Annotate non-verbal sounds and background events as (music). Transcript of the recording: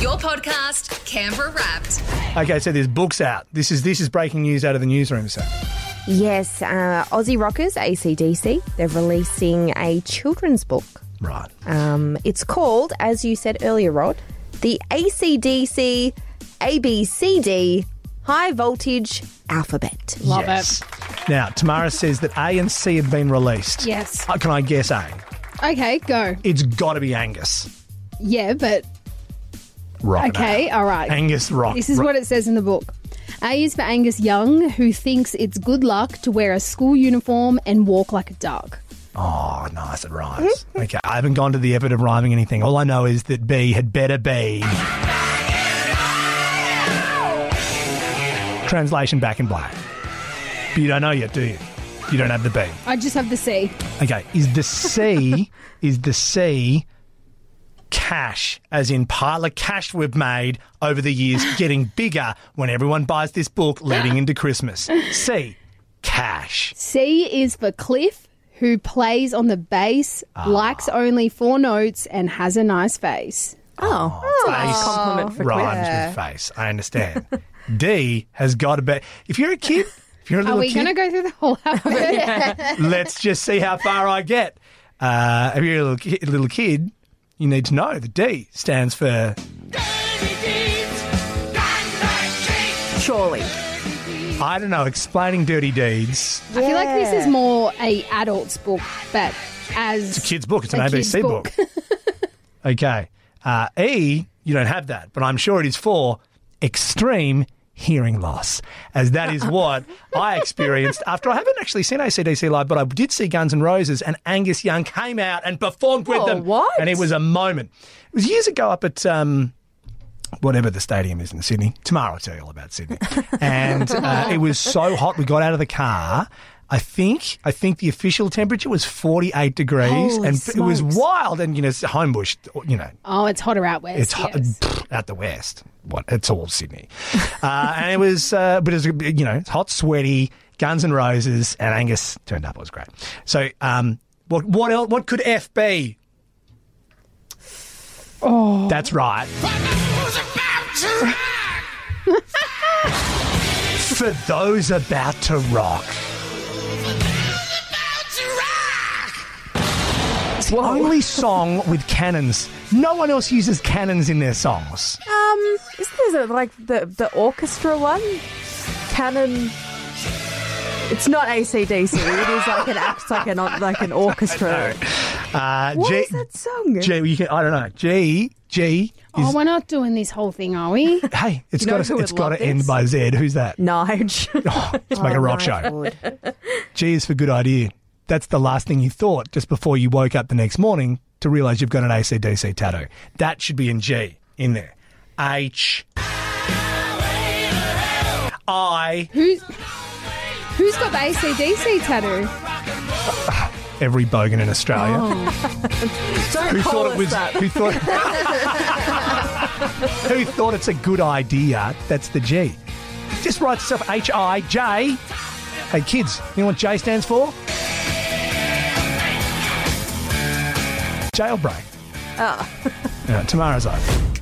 Your podcast, Canberra Wrapped. Okay, so there's books out. This is this is breaking news out of the newsroom. So Yes, uh, Aussie rockers, ACDC, they're releasing a children's book. right, Um, it's called, as you said earlier, Rod, the ACDC ABCD High Voltage Alphabet. Love yes. it. Now Tamara says that A and C have been released. Yes. Uh, can I guess A? Okay, go. It's got to be Angus. Yeah, but Right. okay, all right. Angus Rock. This is what it says in the book. A is for Angus Young, who thinks it's good luck to wear a school uniform and walk like a duck. Oh, nice. It rhymes. okay. I haven't gone to the effort of rhyming anything. All I know is that B had better be. Translation back in black. But you don't know yet, do you? You don't have the B. I just have the C. Okay. Is the C, is the C cash, as in pile of cash we've made over the years getting bigger when everyone buys this book leading into Christmas? C, cash. C is for Cliff, who plays on the bass, Ah. likes only four notes, and has a nice face. Oh, face. compliment for rhymes with face. I understand. D has got to be. If you're a kid, if you're a Are little we going to kid, go through the whole alphabet? let's just see how far I get. Uh, if you're a little, ki- little kid, you need to know the D stands for Surely. I don't know, explaining dirty deeds. I feel like this is more a adult's book, but as Kids book. It's an A kid's ABC book. (laughs) okay. Uh, e, you don't have that, but I'm sure it is for extreme hearing loss, as that is what I experienced after I haven't actually seen ACDC live, but I did see Guns N' Roses, and Angus Young came out and performed with Oh, them. what? And it was a moment. It was years ago up at. Um, Whatever the stadium is in Sydney. Tomorrow I'll tell you all about Sydney. And uh, it was so hot. We got out of the car. I think I think the official temperature was 48 degrees Holy and it was smokes. wild and you know it's Homebush you know oh, it's hotter out west. it's hot yes. pfft, out the west what it's all Sydney uh, and it was uh, but it was you know it's hot sweaty Guns and Roses and Angus turned up it was great so um what what else, what could F be oh that's right for those about to rock It's the only song with cannons. No one else uses cannons in their songs. Um, isn't there like the the orchestra one? Canon. It's not ACDC. It is like an act like an like an orchestra. Uh, What G, is that song? G, you can, I don't know. G, G is. Oh, we're not doing this whole thing, are (laughs) we? hey, it's You know got to, who would it's got love to end this? by Z. Who's that? Nige. (laughs) Oh, let's make a rock show. G is for good idea. That's the last thing you thought just before you woke up the next morning to realize you've got an ACDC tattoo. That should be in G in there. H. I. Who's who's got the ACDC tattoo? Every bogan in Australia. Don't who call thought it us was that. who thought who thought it's a good idea that's the G just write yourself H-I-J hey kids you know what J stands for jailbreak oh yeah, tomorrow's over